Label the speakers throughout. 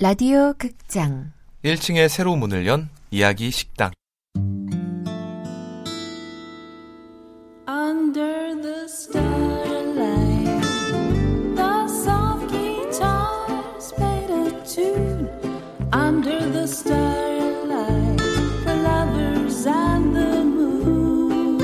Speaker 1: 라디오 극장
Speaker 2: 1층에 새로 문을 연 이야기 식당.
Speaker 3: Under the starlight, the soft guitars played a tune. Under the starlight, the lovers and the moon.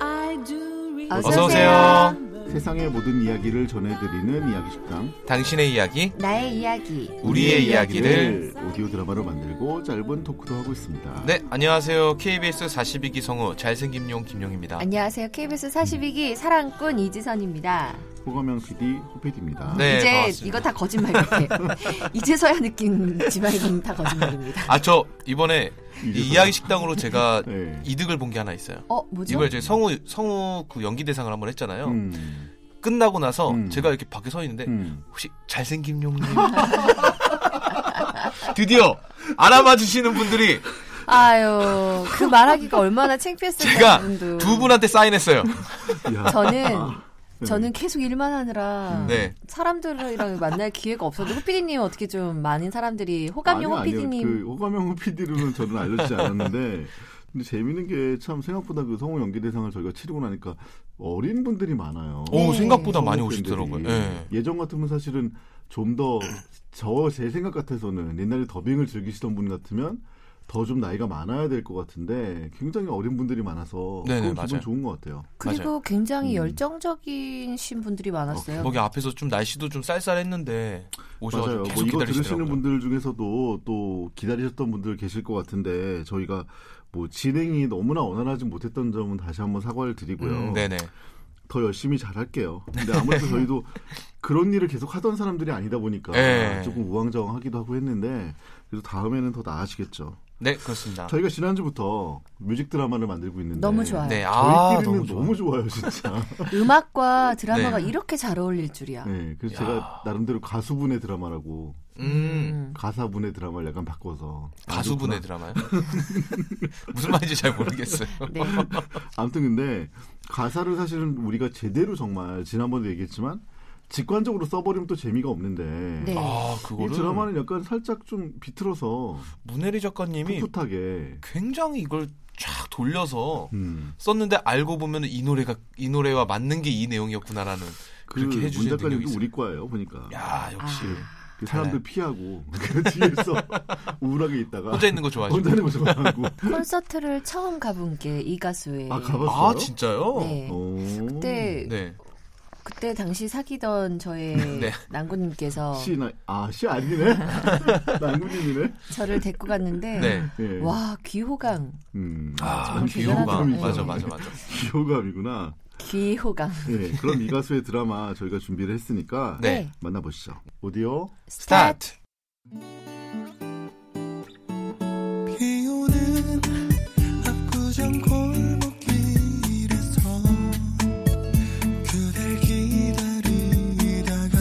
Speaker 3: I do
Speaker 1: 어서
Speaker 2: 어서 오세요.
Speaker 4: 세상의 모든 이야기를 전해드리는 이야기식당
Speaker 2: 당신의 이야기,
Speaker 1: 나의 이야기
Speaker 2: 우리의 이야기를.
Speaker 4: 오디오 드라마로 만들고 짧은 토크도 하고 있습니다.
Speaker 2: 네, 안녕하세요. KBS 42기 성우 잘생김 용 김용입니다.
Speaker 1: 안녕하세요 KBS 42기 사랑꾼 이지선입니다
Speaker 4: 호감형 PD 호피디입니다.
Speaker 2: 네,
Speaker 1: 이제
Speaker 2: 반갑습니다.
Speaker 1: 이거 다 거짓말 같아 이제서야 느낀지만 이건 다 거짓말입니다
Speaker 2: 아, 저 이번에
Speaker 4: 이제
Speaker 2: 이 이야기 식당으로 제가
Speaker 4: 네.
Speaker 2: 이득을 본 게 하나 있어요.
Speaker 1: 어 뭐죠?
Speaker 2: 이번에 저희 성우 성우 그 연기 대상을 한번 했잖아요.
Speaker 4: 음,
Speaker 2: 끝나고 나서
Speaker 4: 음.
Speaker 2: 제가 이렇게 밖에 서 있는데
Speaker 4: 음.
Speaker 2: 혹시 잘생김 용님 드디어 알아봐 주시는 분들이
Speaker 1: 아유 그 말하기가 얼마나 창피했을까
Speaker 2: 제가
Speaker 1: 그분도.
Speaker 2: 두 분한테 사인했어요.
Speaker 4: 야,
Speaker 1: 저는
Speaker 4: 네.
Speaker 1: 저는 계속 일만 하느라
Speaker 2: 네.
Speaker 1: 사람들이랑 만날 기회가 없어도 호피디님 어떻게 좀 많은 사람들이 호감용
Speaker 4: 아니요, 아니요.
Speaker 1: 호피디님
Speaker 4: 그 호감형 호피디로는 저는 알려지지 않았는데 근데 재미있는 게 참 생각보다 그 성우 연기 대상을 저희가 치르고 나니까 어린 분들이 많아요.
Speaker 2: 오, 생각보다 많이
Speaker 4: 성우분들이.
Speaker 2: 오시더라고요. 예.
Speaker 4: 예전 같으면 사실은 좀 더 저 제 생각 같아서는 옛날에 더빙을 즐기시던 분 같으면 더 좀 나이가 많아야 될 것 같은데 굉장히 어린 분들이 많아서
Speaker 2: 네네,
Speaker 4: 그건 기분
Speaker 2: 맞아요.
Speaker 4: 좋은 것 같아요.
Speaker 1: 그리고 굉장히
Speaker 4: 음.
Speaker 1: 열정적이신 분들이 많았어요
Speaker 2: 거기 앞에서 좀 날씨도 좀 쌀쌀했는데
Speaker 4: 맞아요.
Speaker 2: 오셔서
Speaker 4: 뭐
Speaker 2: 계속
Speaker 4: 이거
Speaker 2: 기다리시더라고요.
Speaker 4: 들으시는 분들 중에서도 또 기다리셨던 분들 계실 것 같은데 저희가 뭐 진행이 너무나 원활하지 못했던 점은 다시 한번 사과를 드리고요.
Speaker 2: 음, 네네.
Speaker 4: 더 열심히 잘할게요. 근데 아무래도 저희도 그런 일을 계속 하던 사람들이 아니다 보니까
Speaker 2: 네.
Speaker 4: 조금 우왕좌왕하기도 하고 했는데 그래서 다음에는 더 나아지겠죠.
Speaker 2: 네 그렇습니다.
Speaker 4: 저희가 지난주부터 뮤직 드라마를 만들고 있는데
Speaker 1: 너무 좋아요.
Speaker 2: 네, 아
Speaker 4: 저희끼리는
Speaker 2: 너무
Speaker 4: 너무,
Speaker 2: 좋아.
Speaker 4: 좋아요, 진짜.
Speaker 1: 음악과 드라마가
Speaker 2: 네.
Speaker 1: 이렇게 잘 어울릴 줄이야
Speaker 4: 네, 그래서
Speaker 2: 야.
Speaker 4: 제가 나름대로 가수분의 드라마라고
Speaker 2: 음,
Speaker 4: 가사분의 드라마를 약간 바꿔서 아,
Speaker 2: 가수분의 드라마요. 무슨 말인지 잘 모르겠어요.
Speaker 1: 네.
Speaker 4: 아무튼 근데 가사를 사실은 우리가 제대로 정말 지난번도 얘기했지만 직관적으로 써버리면 또 재미가 없는데
Speaker 1: 네.
Speaker 2: 아
Speaker 4: 이
Speaker 2: 그거를
Speaker 4: 드라마는 약간 살짝 좀 비틀어서
Speaker 2: 문혜리 작가님이
Speaker 4: 풋풋하게
Speaker 2: 굉장히 이걸 쫙 돌려서
Speaker 4: 음,
Speaker 2: 썼는데 알고 보면 이 노래가 이 노래와 맞는 게 이 내용이었구나라는 그렇게
Speaker 4: 문
Speaker 2: 해주신 능력이
Speaker 4: 작가님도
Speaker 2: 있어요.
Speaker 4: 우리 과예요 보니까
Speaker 2: 야 역시
Speaker 4: 예. 그
Speaker 2: 달라요.
Speaker 4: 사람들 피하고 그 뒤에서 우울하게 있다가
Speaker 2: 혼자 있는 거 좋아하시고.
Speaker 4: 혼자 있는 거 좋아하고
Speaker 1: 콘서트를 처음 가본 게 이 가수의
Speaker 4: 아 가봤어요? 어.
Speaker 2: 아 진짜요?
Speaker 1: 네.
Speaker 4: 오.
Speaker 1: 그때
Speaker 2: 네.
Speaker 1: 그때 당시 사귀던 저의
Speaker 2: 네.
Speaker 1: 남구님께서
Speaker 4: 시나 아시 아니네 남구님이네.
Speaker 1: 저를 데리고 갔는데
Speaker 2: 네.
Speaker 4: 예.
Speaker 1: 와 귀호강
Speaker 4: 음.
Speaker 2: 아
Speaker 1: 정말
Speaker 2: 귀호감
Speaker 1: 대단하죠.
Speaker 2: 맞아 맞아
Speaker 5: 네.
Speaker 2: 맞아.
Speaker 4: 기호감이구나.
Speaker 1: 귀호강
Speaker 4: 네, 예. 그럼 이 가수의 드라마 저희가 준비를 했으니까
Speaker 2: 네.
Speaker 4: 만나보시죠. 오디오
Speaker 2: 스타트.
Speaker 6: 비오는 압구정 골목길에서 그댈 기다리다가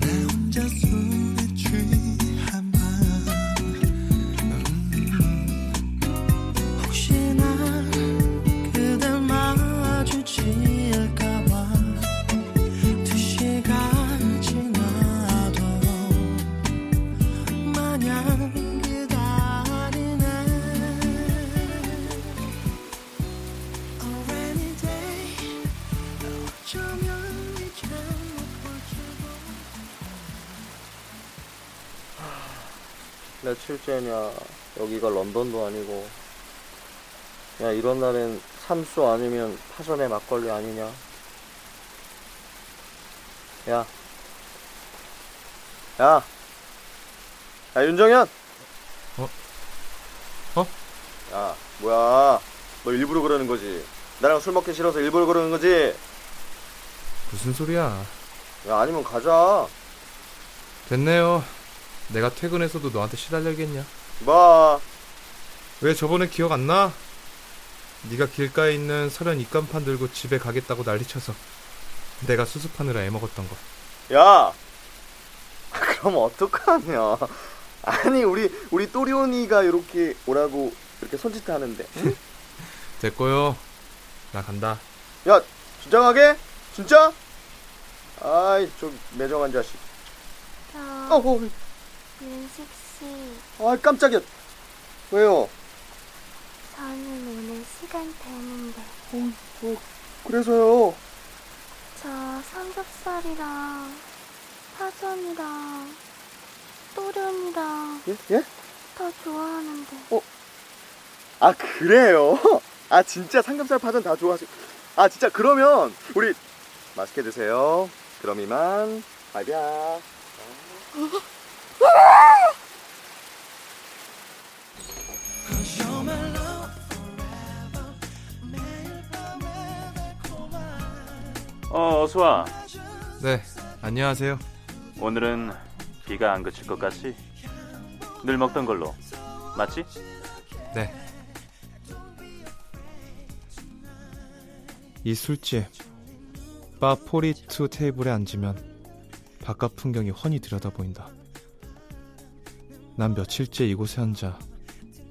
Speaker 6: 나 혼자 술에 취한 밤 혹시나 그댈 마주칠까봐 두 시간 지나도 마냥 기다리네 A rainy day 어쩌면 이젠 못 볼지도 뭐.
Speaker 7: 며칠째냐 여기가 런던도 아니고 야 이런 날엔 삼수 아니면 파전에 막걸리 아니냐 야 야. 야, 윤정현!
Speaker 2: 어? 어?
Speaker 7: 야, 뭐야. 너 일부러 그러는 거지. 나랑 술 먹기 싫어서 일부러 그러는 거지.
Speaker 5: 무슨 소리야?
Speaker 7: 야, 아니면 가자.
Speaker 5: 됐네요. 내가 퇴근해서도 너한테 시달려겠냐?
Speaker 7: 뭐.
Speaker 5: 왜 저번에 기억 안 나? 네가 길가에 있는 서련 입간판 들고 집에 가겠다고 난리쳐서 내가 수습하느라 애먹었던 거.
Speaker 7: 야! 아, 그럼 어떡하냐? 아니, 우리, 우리 또리온이가 이렇게 오라고 이렇게 손짓 하는데.
Speaker 5: 됐고요. 나 간다.
Speaker 7: 야, 진정하게? 진짜? 아이, 저 매정한 자식.
Speaker 1: 아
Speaker 7: 어,
Speaker 8: 윤식 씨,
Speaker 7: 아 깜짝이야. 왜요?
Speaker 8: 저는 오늘 시간 되는데
Speaker 7: 어, 그래서요.
Speaker 8: 저 삼겹살이랑 파전이랑 또련이랑
Speaker 7: 예? 예?
Speaker 8: 다 좋아하는데
Speaker 7: 아 그래요? 아 진짜 삼겹살 파전 다 좋아하시. 아 진짜 그러면 우리 맛있게 드세요. 그럼 이만 바이비야.
Speaker 6: You're my love forever 매일 밤에 달콤한
Speaker 9: 어, 어수아.
Speaker 5: 네, 안녕하세요.
Speaker 9: 오늘은 비가 안 그칠 것 같지? 늘 먹던 걸로. 맞지?
Speaker 5: 네. 이 술집 바 포리투 테이블에 앉으면 바깥 풍경이 훤히 들여다 보인다. 난 며칠째 이곳에 앉아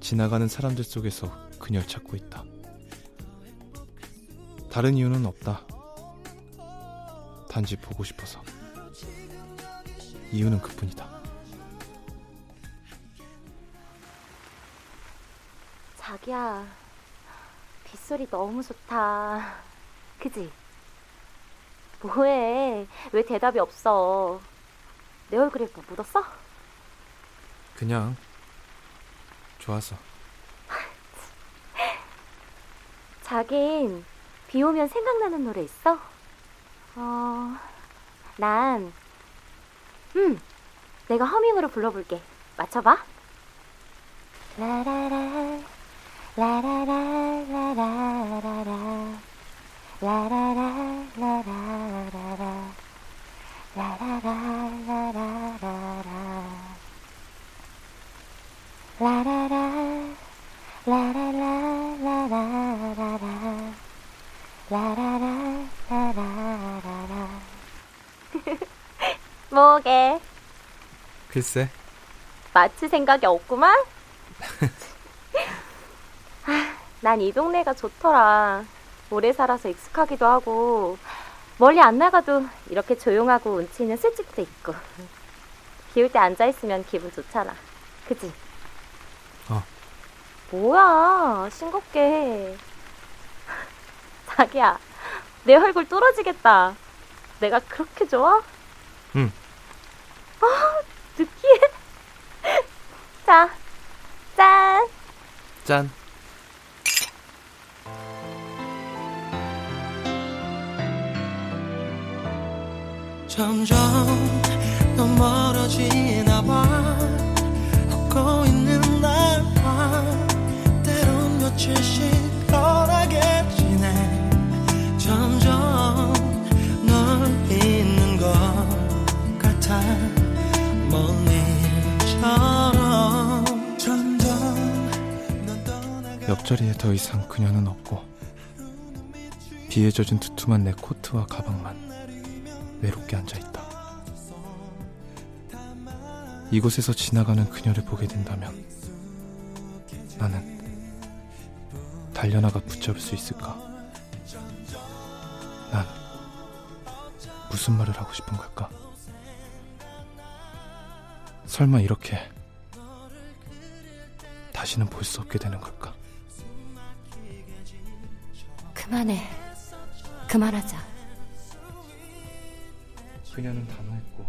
Speaker 5: 지나가는 사람들 속에서 그녀를 찾고 있다. 다른 이유는 없다. 단지 보고 싶어서. 이유는 그뿐이다.
Speaker 8: 자기야 빗소리 너무 좋다 그지? 뭐해 왜 대답이 없어 내 얼굴에 뭐 묻었어?
Speaker 5: 그냥 좋아서.
Speaker 8: 자긴 비 오면 생각나는 노래 있어? 어, 난, 음, 내가 허밍으로 불러볼게. 맞춰봐. 라라라, 라라라, 라라라라, 라라라, 라라라라, 라라라, 라라라라, 라라라, 라라라라라라라 라라라라라라 뭐게
Speaker 5: 글쎄.
Speaker 8: 마치 생각이 없구만? 아, 난 이 동네가 좋더라 오래 살아서 익숙하기도 하고 멀리 안 나가도 이렇게 조용하고 운치 있는 술집도 있고 비올 때 앉아있으면 기분 좋잖아 그치?
Speaker 5: 어.
Speaker 8: 뭐야 싱겁게 해 자기야 내 얼굴 떨어지겠다 내가 그렇게 좋아?
Speaker 5: 응.
Speaker 8: 아 느끼해 자, 짠!
Speaker 5: 짠.
Speaker 6: 점점 너 멀어지나 봐 웃고 있는 날 봐. 때론 며칠씩 편하게 지내 점점 널 잊는 것 같아 먼 일처럼 점점 넌 떠나가
Speaker 5: 옆자리에 더 이상 그녀는 없고 비에 젖은 두툼한 내 코트와 가방만 외롭게 앉아있다 이곳에서 지나가는 그녀를 보게 된다면 나는 달려나가 붙잡을 수 있을까 난 무슨 말을 하고 싶은 걸까 설마 이렇게 다시는 볼 수 없게 되는 걸까
Speaker 8: 그만해. 그만하자.
Speaker 5: 그녀는 단호했고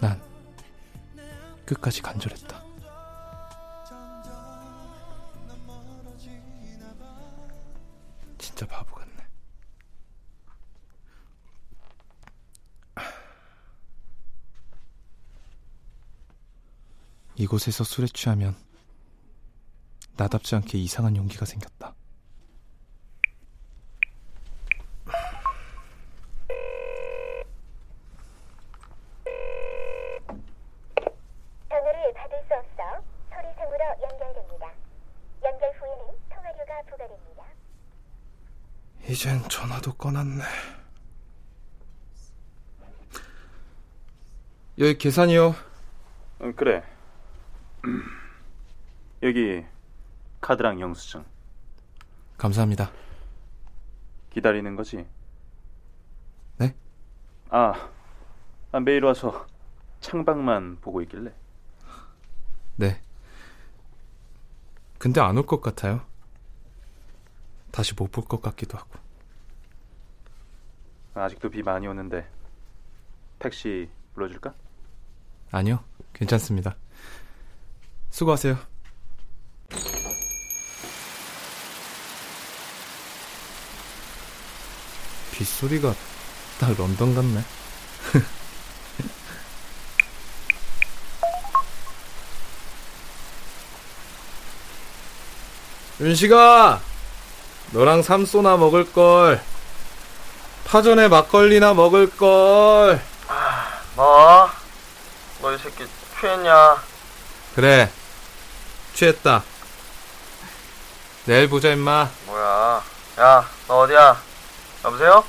Speaker 5: 난 끝까지 간절했다. 진짜 바보 같네. 이곳에서 술에 취하면 나답지 않게 이상한 용기가 생겼다.
Speaker 8: 전화를 받을 수 없어 서류상으로 연결됩니다. 연결 후에는 통화료가 부과됩니다.
Speaker 5: 이젠 전화도 꺼놨네. 여기 계산이요.
Speaker 9: 응, 어, 그래. 여기 카드랑 영수증
Speaker 5: 감사합니다.
Speaker 9: 기다리는 거지?
Speaker 5: 네?
Speaker 9: 아, 아, 매일 와서 창밖만 보고 있길래
Speaker 5: 네. 근데 안 올 것 같아요. 다시 못 볼 것 같기도 하고.
Speaker 9: 아직도 비 많이 오는데 택시 불러줄까?
Speaker 5: 아니요, 괜찮습니다. 수고하세요. 빗소리가 딱 런던 같네. 윤식아, 너랑 삼소나 먹을 걸. 파전에 막걸리나 먹을 걸.
Speaker 6: 뭐? 너 이 새끼 취했냐?
Speaker 5: 그래. 취했다. 내일 보자, 임마.
Speaker 6: 뭐야? 야, 너 어디야? 여보세요?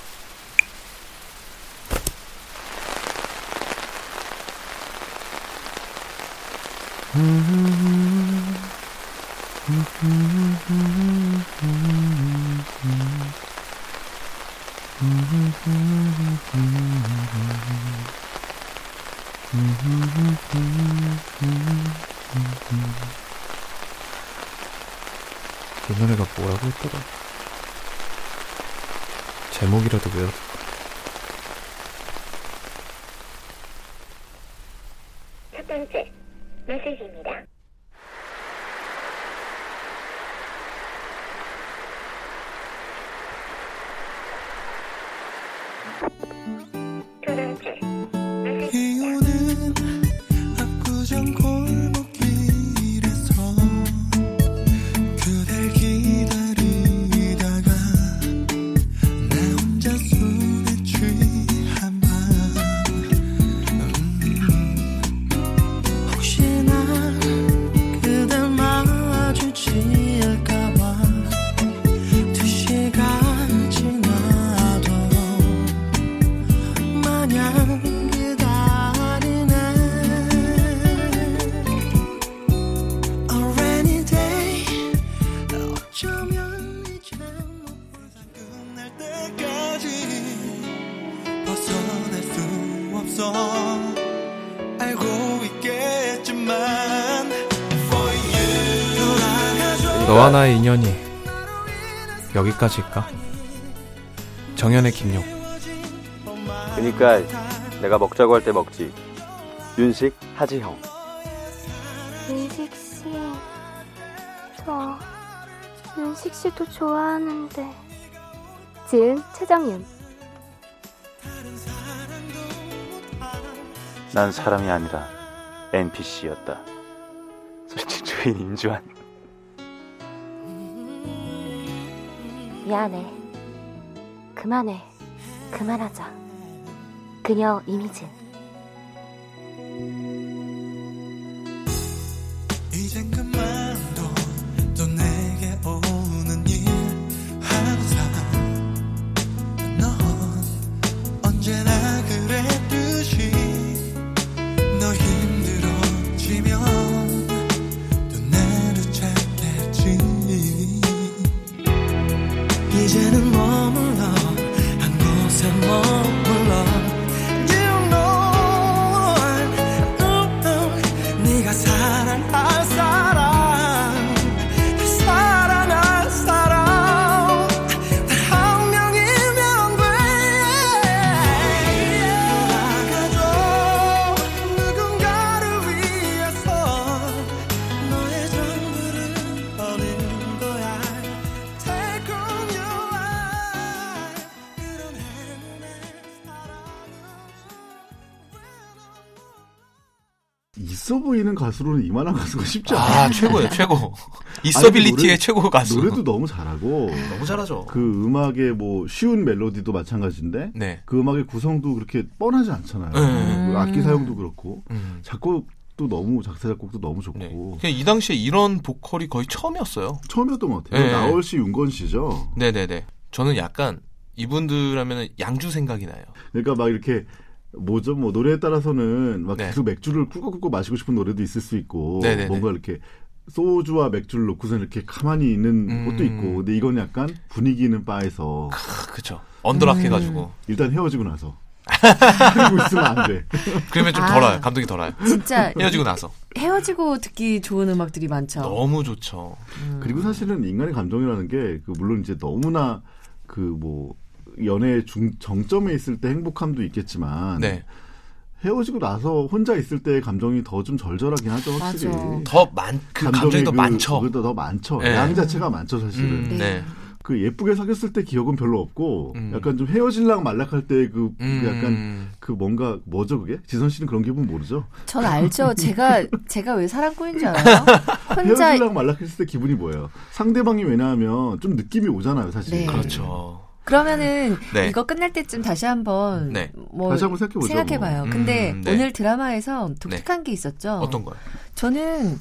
Speaker 5: 옛날에가 뭐라고 했더라. 제목이라도 외워.
Speaker 10: 첫 번째, 메시지입니다. 두 번째,
Speaker 6: 비오는 압구정 골목길에서 그댈 기다리다가 나 혼자 술에 취한 밤 음. 혹시나 그댈 마주치 할까봐 두 시간 지나도록 마냥 기다리네 A rainy day 어쩌면 이제 못보다 끝날 때까지 벗어날 수 없어 알고 있겠지만 For you 돌아가줘
Speaker 5: 너와 나의 인연이 여기까지일까? 정연의 김용.
Speaker 9: 그니까 내가 먹자고 할 때 먹지 윤식 하지형
Speaker 10: 윤식 씨. 저 윤식 씨도 좋아하는데.
Speaker 8: 지은 최정윤.
Speaker 9: 난 사람이 아니라 NPC였다 솔직히 주인 인주한
Speaker 8: 미안해. 그만해. 그만하자. 그녀 이미진.
Speaker 6: 이젠 그만둬 또 내게 오는 일 항상 넌 언제나 그랬듯이 너 힘들어지면 또 나를 찾겠지 이제는 머물러 한 곳에 머물러 You know I'm not 네가 사랑할 사람 날 사랑할 사람 단한 명이면 돼 나가줘 누군가를 위해서 너의 전부를 버리는 거야 Take on your life 그런 행운의 사랑은
Speaker 4: 있어 보이는 가수로는 이만한 가수가 쉽지 않아.
Speaker 2: 아 최고예요 최고. 있어빌리티의
Speaker 4: 노래-
Speaker 2: 최고 가수.
Speaker 4: 노래도 너무 잘하고
Speaker 2: 너무 잘하죠.
Speaker 4: 그 음악의 뭐 쉬운 멜로디도 마찬가지인데
Speaker 2: 네.
Speaker 4: 그 음악의 구성도 그렇게 뻔하지 않잖아요.
Speaker 2: 네.
Speaker 4: 그 악기 사용도 그렇고
Speaker 2: 음.
Speaker 4: 작곡도 너무 작사 작곡도 너무 좋고
Speaker 2: 네. 그냥 이 당시에 이런 보컬이 거의 처음이었어요.
Speaker 4: 처음이었던 것 같아요.
Speaker 2: 네.
Speaker 4: 나얼 씨, 윤건 씨죠.
Speaker 2: 네네네. 저는 약간 이분들 하면은 양주 생각이 나요.
Speaker 4: 그러니까 막 이렇게 뭐죠? 뭐 노래에 따라서는 막
Speaker 2: 네.
Speaker 4: 계속 맥주를 꿀꺽꿀꺽 마시고 싶은 노래도 있을 수 있고
Speaker 2: 네네네.
Speaker 4: 뭔가 이렇게 소주와 맥주를 놓고서 이렇게 가만히 있는
Speaker 2: 음.
Speaker 4: 것도 있고 근데 이건 약간 분위기 있는 바에서
Speaker 2: 그, 크, 그쵸. 언더락 해가지고.
Speaker 4: 일단 헤어지고 나서 그리고 있으면 안 돼.
Speaker 2: 그러면 좀
Speaker 1: 아. 네.
Speaker 2: 덜어요. 감독이 덜어요.
Speaker 1: 진짜
Speaker 2: 헤어지고 나서
Speaker 1: 헤어지고 듣기 좋은 음악들이 많죠.
Speaker 2: 너무 좋죠.
Speaker 4: 그리고 사실은 인간의 감정이라는 게그 물론 이제 너무나 그 뭐 연애의 중 정점에 있을 때 행복함도 있겠지만
Speaker 2: 네,
Speaker 4: 헤어지고 나서 혼자 있을 때의 감정이 더 좀 절절하긴 하죠 확실히.
Speaker 1: 맞아.
Speaker 2: 더많그 감정이 더
Speaker 4: 그-
Speaker 2: 많죠.
Speaker 4: 그보다 더 많죠.
Speaker 2: 네.
Speaker 4: 양 자체가 많죠 사실은.
Speaker 2: 음,
Speaker 1: 네.
Speaker 2: 네.
Speaker 4: 그 예쁘게 사귀었을 때 기억은 별로 없고
Speaker 2: 음.
Speaker 4: 약간 좀 헤어질랑 말락할 때 그
Speaker 2: 음,
Speaker 4: 약간 그 뭔가 뭐죠 그게? 지선 씨는 그런 기분 모르죠?
Speaker 1: 전 알죠. 제가 제가 왜 사랑꾼인 줄 알아요? 혼자
Speaker 4: 헤어질랑 말락했을 때 기분이 뭐예요? 상대방이 왜냐하면 좀 느낌이 오잖아요 사실.
Speaker 1: 네.
Speaker 2: 그렇죠.
Speaker 1: 그러면은
Speaker 2: 네.
Speaker 1: 이거 끝날 때쯤 다시 한번
Speaker 2: 네.
Speaker 1: 뭐
Speaker 4: 다시 한번 생각해보죠,
Speaker 1: 생각해봐요.
Speaker 2: 뭐.
Speaker 1: 근데
Speaker 2: 음, 네.
Speaker 1: 오늘 드라마에서 독특한 게 있었죠.
Speaker 2: 어떤 거요?
Speaker 1: 저는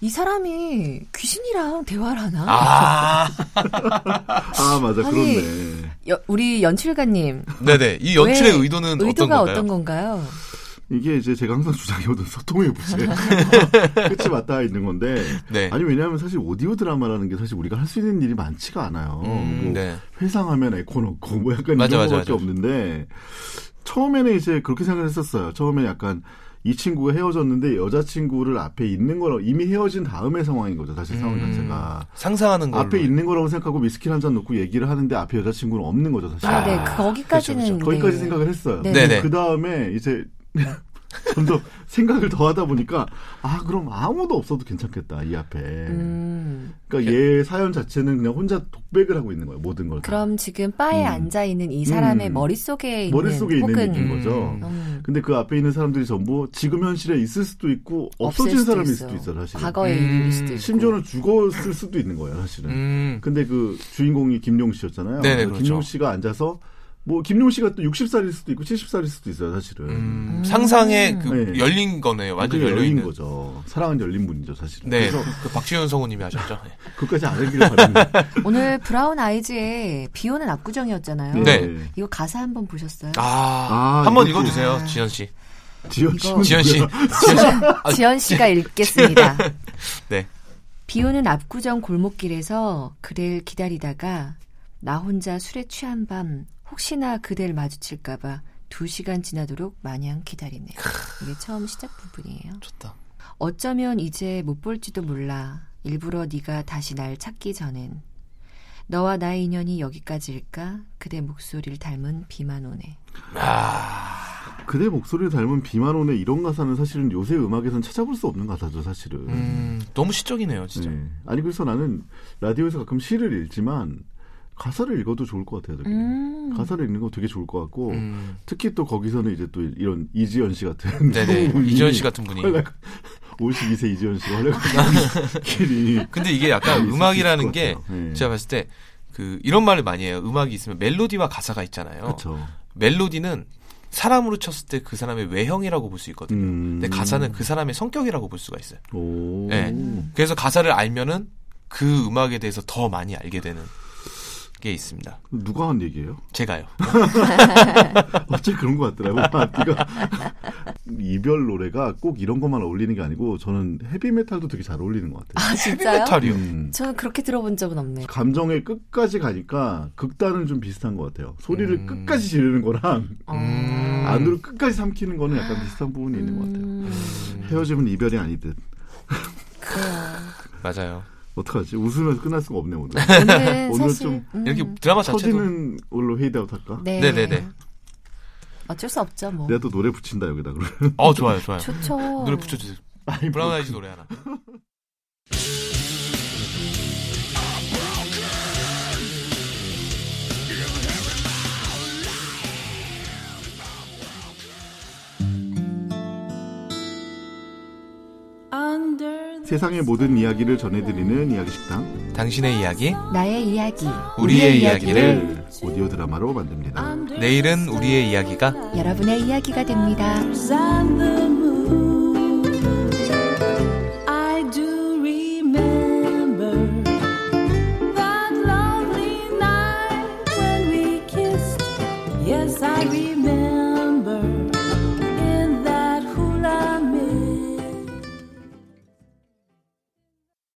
Speaker 1: 이 사람이 귀신이랑 대화를 하나?
Speaker 2: 아,
Speaker 4: 아 맞아
Speaker 1: 아니,
Speaker 4: 그렇네.
Speaker 1: 여- 우리 연출가님
Speaker 2: 네네. 이 연출의
Speaker 1: 왜-
Speaker 2: 의도는 어떤
Speaker 1: 의도가
Speaker 2: 건가요?
Speaker 1: 어떤 건가요?
Speaker 4: 이게 이제 제가 항상 주장해오던 소통의 문제 끝이 맞닿아 있는 건데
Speaker 2: 네.
Speaker 4: 아니 왜냐하면 사실 오디오 드라마라는 게 사실 우리가 할 수 있는 일이 많지가 않아요.
Speaker 2: 음,
Speaker 4: 뭐
Speaker 2: 네.
Speaker 4: 회상하면 에코 넣고 뭐 약간
Speaker 2: 맞아,
Speaker 4: 이런
Speaker 2: 맞아,
Speaker 4: 것밖에
Speaker 2: 맞아.
Speaker 4: 없는데 처음에는 이제 그렇게 생각을 했었어요. 처음에 약간 이 친구가 헤어졌는데 여자친구를 앞에 있는 거라고 이미 헤어진 다음의 상황인 거죠. 사실 상황
Speaker 2: 음,
Speaker 4: 자체가.
Speaker 2: 상상하는 걸로.
Speaker 4: 앞에 있는 거라고 생각하고 미스킬 한 잔 넣고 얘기를 하는데 앞에 여자친구는 없는 거죠. 사실.
Speaker 1: 아, 네, 그 거기까지는
Speaker 4: 거기까지
Speaker 1: 네.
Speaker 4: 생각을 했어요.
Speaker 1: 네.
Speaker 2: 그렇죠, 네네.
Speaker 4: 그 다음에 이제 점점 생각을 더 하다 보니까 아 그럼 아무도 없어도 괜찮겠다 이 앞에.
Speaker 1: 음,
Speaker 4: 그러니까 얘 사연 자체는 그냥 혼자 독백을 하고 있는 거예요 모든 걸. 다.
Speaker 1: 그럼 지금 바에
Speaker 4: 음.
Speaker 1: 앉아 있는 이 사람의
Speaker 4: 음.
Speaker 1: 머릿속에 있는
Speaker 4: 머릿속에 있는
Speaker 1: 혹은
Speaker 4: 얘기인 거죠.
Speaker 2: 음.
Speaker 1: 음,
Speaker 4: 근데 그 앞에 있는 사람들이 전부 지금 현실에 있을 수도 있고
Speaker 1: 없을
Speaker 4: 없어진
Speaker 1: 수도
Speaker 4: 사람일
Speaker 1: 있어요.
Speaker 4: 수도 있어요 사실은.
Speaker 1: 과거의
Speaker 2: 음.
Speaker 1: 일일 수도 있고.
Speaker 4: 심지어는 죽었을 수도 있는 거예요 사실은.
Speaker 2: 음,
Speaker 4: 근데 그 주인공이 김용 씨였잖아요.
Speaker 2: 네네,
Speaker 4: 그래서 김용
Speaker 2: 그렇죠.
Speaker 4: 씨가 앉아서 뭐 김용 씨가 또 60살일 수도 있고 70살일 수도 있어요 사실은.
Speaker 2: 음, 상상의 그
Speaker 4: 네.
Speaker 2: 열린 거네요. 완전
Speaker 4: 완전히
Speaker 2: 열려
Speaker 4: 열린
Speaker 2: 있는.
Speaker 4: 거죠. 사랑은 열린 분이죠, 사실은.
Speaker 2: 네.
Speaker 4: 그래서
Speaker 2: 그 박지현 성우님이 하셨죠. 네.
Speaker 4: 그까지 안 하기를 바랍니다.
Speaker 1: 오늘 브라운 아이즈의 비 오는 압구정이었잖아요.
Speaker 2: 네.
Speaker 1: 이거 가사 한번 보셨어요?
Speaker 2: 아,
Speaker 4: 아,
Speaker 2: 한번
Speaker 4: 이것도-
Speaker 2: 읽어주세요, 지현 씨.
Speaker 4: 지현
Speaker 1: 이거-
Speaker 4: 씨는
Speaker 2: 지현 씨.
Speaker 4: 뭐야?
Speaker 1: 지연 씨가 읽겠습니다.
Speaker 2: 아, 네.
Speaker 1: 비 오는 압구정 골목길에서 그댈 기다리다가 나 혼자 술에 취한 밤 혹시나 그댈 마주칠까봐 두 시간 지나도록 마냥 기다리네. 이게 처음 시작 부분이에요.
Speaker 2: 좋다.
Speaker 1: 어쩌면 이제 못 볼지도 몰라. 일부러 네가 다시 날 찾기 전엔 너와 나의 인연이 여기까지일까? 그대 목소리를 닮은 비만 오네.
Speaker 2: 아,
Speaker 4: 그대 목소리를 닮은 비만 오네 이런 가사는 사실은 요새 음악에선 찾아볼 수 없는 가사죠, 사실은.
Speaker 2: 음, 너무 시적이네요, 진짜.
Speaker 4: 네. 아니 그래서 나는 라디오에서 가끔 시를 읽지만 가사를 읽어도 좋을 것 같아요. 되게. 가사를 읽는 거 되게 좋을 것 같고
Speaker 2: 음,
Speaker 4: 특히 또 거기서는 이제 또 이런 이지연 씨 같은
Speaker 2: 네네.
Speaker 4: 성우분이
Speaker 2: 이지현 씨 같은 분이.
Speaker 4: 활약- 52세 이지연 씨가 활약하는
Speaker 2: 근데 이게 약간 그러니까 음악이라는 게
Speaker 4: 네.
Speaker 2: 제가 봤을 때 그 이런 말을 많이 해요. 음악이 있으면 멜로디와 가사가 있잖아요.
Speaker 4: 그렇죠.
Speaker 2: 멜로디는 사람으로 쳤을 때 그 사람의 외형이라고 볼 수 있거든요.
Speaker 4: 음.
Speaker 2: 근데 가사는 그 사람의 성격이라고 볼 수가 있어요.
Speaker 4: 오.
Speaker 2: 네.
Speaker 4: 음.
Speaker 2: 그래서 가사를 알면은 그 음악에 대해서 더 많이 알게 되는 게 있습니다.
Speaker 4: 누가 한 얘기예요?
Speaker 2: 제가요.
Speaker 4: 어째 그런 것 같더라고요. 네가 이별 노래가 꼭 이런 것만 어울리는 게 아니고 저는 헤비메탈도 되게 잘 어울리는 것 같아요.
Speaker 1: 아 진짜요?
Speaker 2: 헤비메탈이요.
Speaker 4: 음.
Speaker 1: 저는 그렇게 들어본 적은 없네요.
Speaker 4: 감정의 끝까지 가니까 극단은 좀 비슷한 것 같아요. 소리를
Speaker 2: 음.
Speaker 4: 끝까지 지르는 거랑
Speaker 2: 음.
Speaker 4: 안으로 끝까지 삼키는 거는 약간 비슷한 부분이 있는 것 같아요.
Speaker 2: 음.
Speaker 4: 헤어짐은 이별이 아니듯.
Speaker 2: 맞아요.
Speaker 4: 어떡하지? 웃으면서 끝날 수가 없네 오늘.
Speaker 1: 오늘은
Speaker 4: 오늘
Speaker 1: 사실
Speaker 4: 좀
Speaker 1: 음,
Speaker 2: 이렇게 드라마 자체도
Speaker 4: 터지는 음. 걸로 헤이드아웃 할까?
Speaker 1: 네.
Speaker 2: 네네네.
Speaker 1: 어쩔 수 없죠 뭐.
Speaker 4: 내가 또 노래 붙인다 여기다 그러면.
Speaker 2: 어 좋아요 좋아요.
Speaker 1: 좋죠.
Speaker 2: 노래 붙여주세요.
Speaker 4: 아니,
Speaker 2: 브라운 아이즈 노래 하나.
Speaker 3: Under the
Speaker 4: 세상의 모든 이야기를 전해드리는 이야기 식당
Speaker 2: 당신의 이야기,
Speaker 1: 나의 이야기.
Speaker 2: 우리의
Speaker 1: 네.
Speaker 2: 이야기를
Speaker 4: 오디오 드라마로 만듭니다.
Speaker 3: under
Speaker 2: 내일은 우리의 이야기가
Speaker 1: 여러분의 이야기가 됩니다.
Speaker 3: the stars and the